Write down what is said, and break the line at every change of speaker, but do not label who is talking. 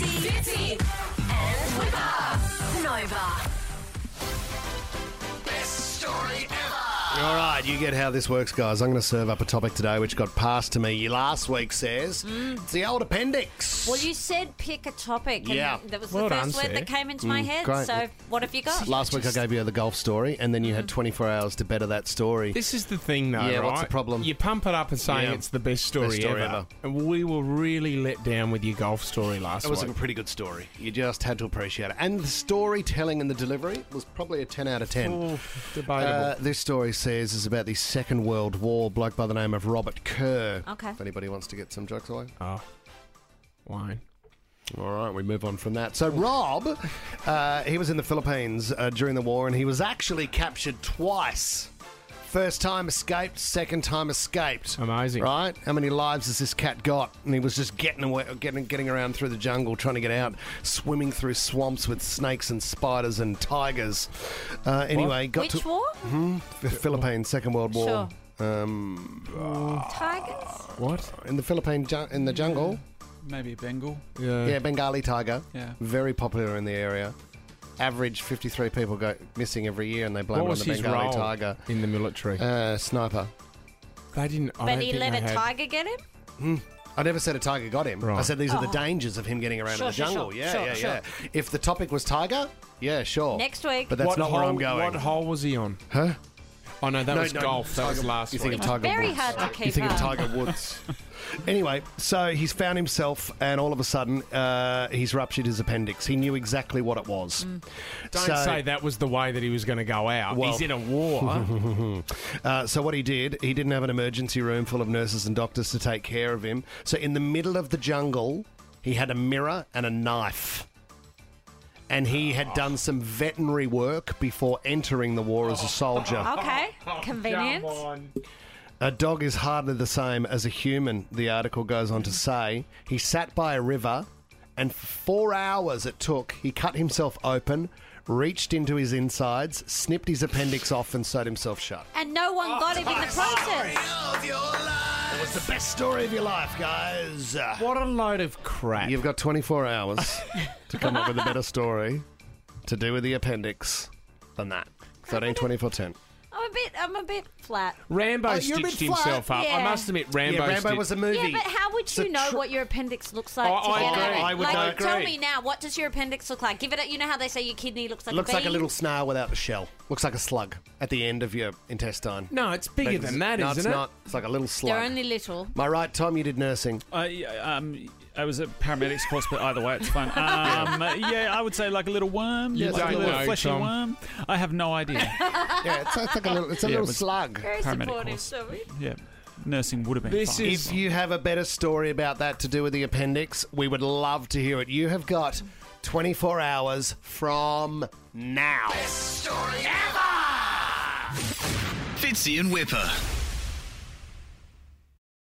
Betty and Whipper. Nova.
Best story ever.
All right, you get how this works, guys. I'm going to serve up a topic today which got passed to me last week, says. It's the old appendix.
Mm. Well, you said pick a topic. And
Yeah.
That was
Well
the
done,
first word
Sue.
that came into
Mm,
my head.
great.
So what have you got?
last week I gave you the golf story, and then you
Mm.
had 24 hours to better that story.
This is the thing, though.
Yeah,
right?
what's the problem?
You pump it up and saying
Yeah.
it's the best story,
Best story ever.
ever. And we were really let down with your golf story last
It was a
week.
pretty good story. You just had to appreciate it. And the storytelling and the delivery was probably a 10 out of 10.
Oh, debatable.
Uh, this story says is about the Second World War, bloke by the name of Robert Kerr.
Okay.
If anybody wants to get some jokes away.
oh, wine.
All right, we move on from that. So Rob, uh, he was in the Philippines uh, during the war, and he was actually captured twice. First time escaped, second time escaped.
Amazing.
right? How many lives has this cat got? And he was just getting away, getting getting around through the jungle, trying to get out, swimming through swamps with snakes and spiders and tigers. Uh, anyway, got
Which
to
war?
the Philippines, Second World War.
Sure.
Um,
Tigers?
What?
in the Philippine ju- in the jungle.
Maybe a Bengal.
Yeah.
Yeah, Bengali tiger.
Yeah.
Very popular in the area. Average 53 people go missing every year, and they blame it
What
on
was
the
his
Bengali
role
tiger.
in the military?
Uh, sniper.
they didn't. I
But
don't
he
think
let
they
a
had-
tiger get him?
I never said a tiger got him. I
Right.
said these are the dangers of him getting around
Oh. Sure,
in the
sure,
jungle.
sure.
Yeah,
Sure,
yeah,
sure.
yeah. If the topic was tiger, yeah, sure.
Next week.
But that's
what
not
hole,
where I'm going.
What hole was he on?
Huh?
Oh no, that
No,
was
no,
golf. That was
Tiger-
last
you
week.
think of Tiger
Very
Woods.
hard to keep
You think of
up.
Tiger Woods. anyway, so he's found himself, and all of a sudden, uh, he's ruptured his appendix. He knew exactly what it
Mm.
was.
Don't
So-
say that was the way that he was going to go out.
Well-
He's in a war.
Uh, so what he did, he didn't have an emergency room full of nurses and doctors to take care of him. So in the middle of the jungle, he had a mirror and a knife. And he had done some veterinary work before entering the war as a soldier.
Okay.
Oh,
Convenient.
A dog is hardly the same as a human, the article goes on to say. He sat by a river, and for four hours it took, he cut himself open, reached into his insides, snipped his appendix off, and sewed himself shut.
And no one got him in the process.
of your life. It was the best story of your life, guys.
What a load of crap.
You've got 24 hours to come up with a better story to do with the appendix than that. 13, 24, 10.
I'm a bit I'm a bit flat.
Rambo
Oh, you're a bit
stitched himself
flat.
up. I
Yeah.
must admit, Rambo.
yeah, Rambo
stitched-
was a movie.
Yeah, but how would you
a
know
tr-
what your appendix looks like?
Oh,
to
I
get
agree.
at it?
I would
like,
not
Tell
agree.
me now, what does your appendix look like? Give it. A, you know how they say your kidney looks like
Looks
a
like a
bean?
little snail without the shell. Looks like a slug at the end of your intestine.
No, it's bigger than that,
no,
not
it's
it?
not. It's like a little slug.
They're only little.
Am I right, Tom? You did nursing.
I um, I was a paramedics course, but either way, it's fine. Um, yeah, I would say like a little worm,
You
like
don't
a little
know,
fleshy
Tom.
worm. I have no idea.
yeah, it's, it's like a little, it's a
Yeah,
little
but-
slug.
Very
Paramedic
supportive,
course.
so we-
Yeah, nursing would have been.
This
fine.
is-
If you have a better story about that to do with the appendix, we would love to hear it. You have got 24 hours from now.
Best story ever. Fitzy and Whipper.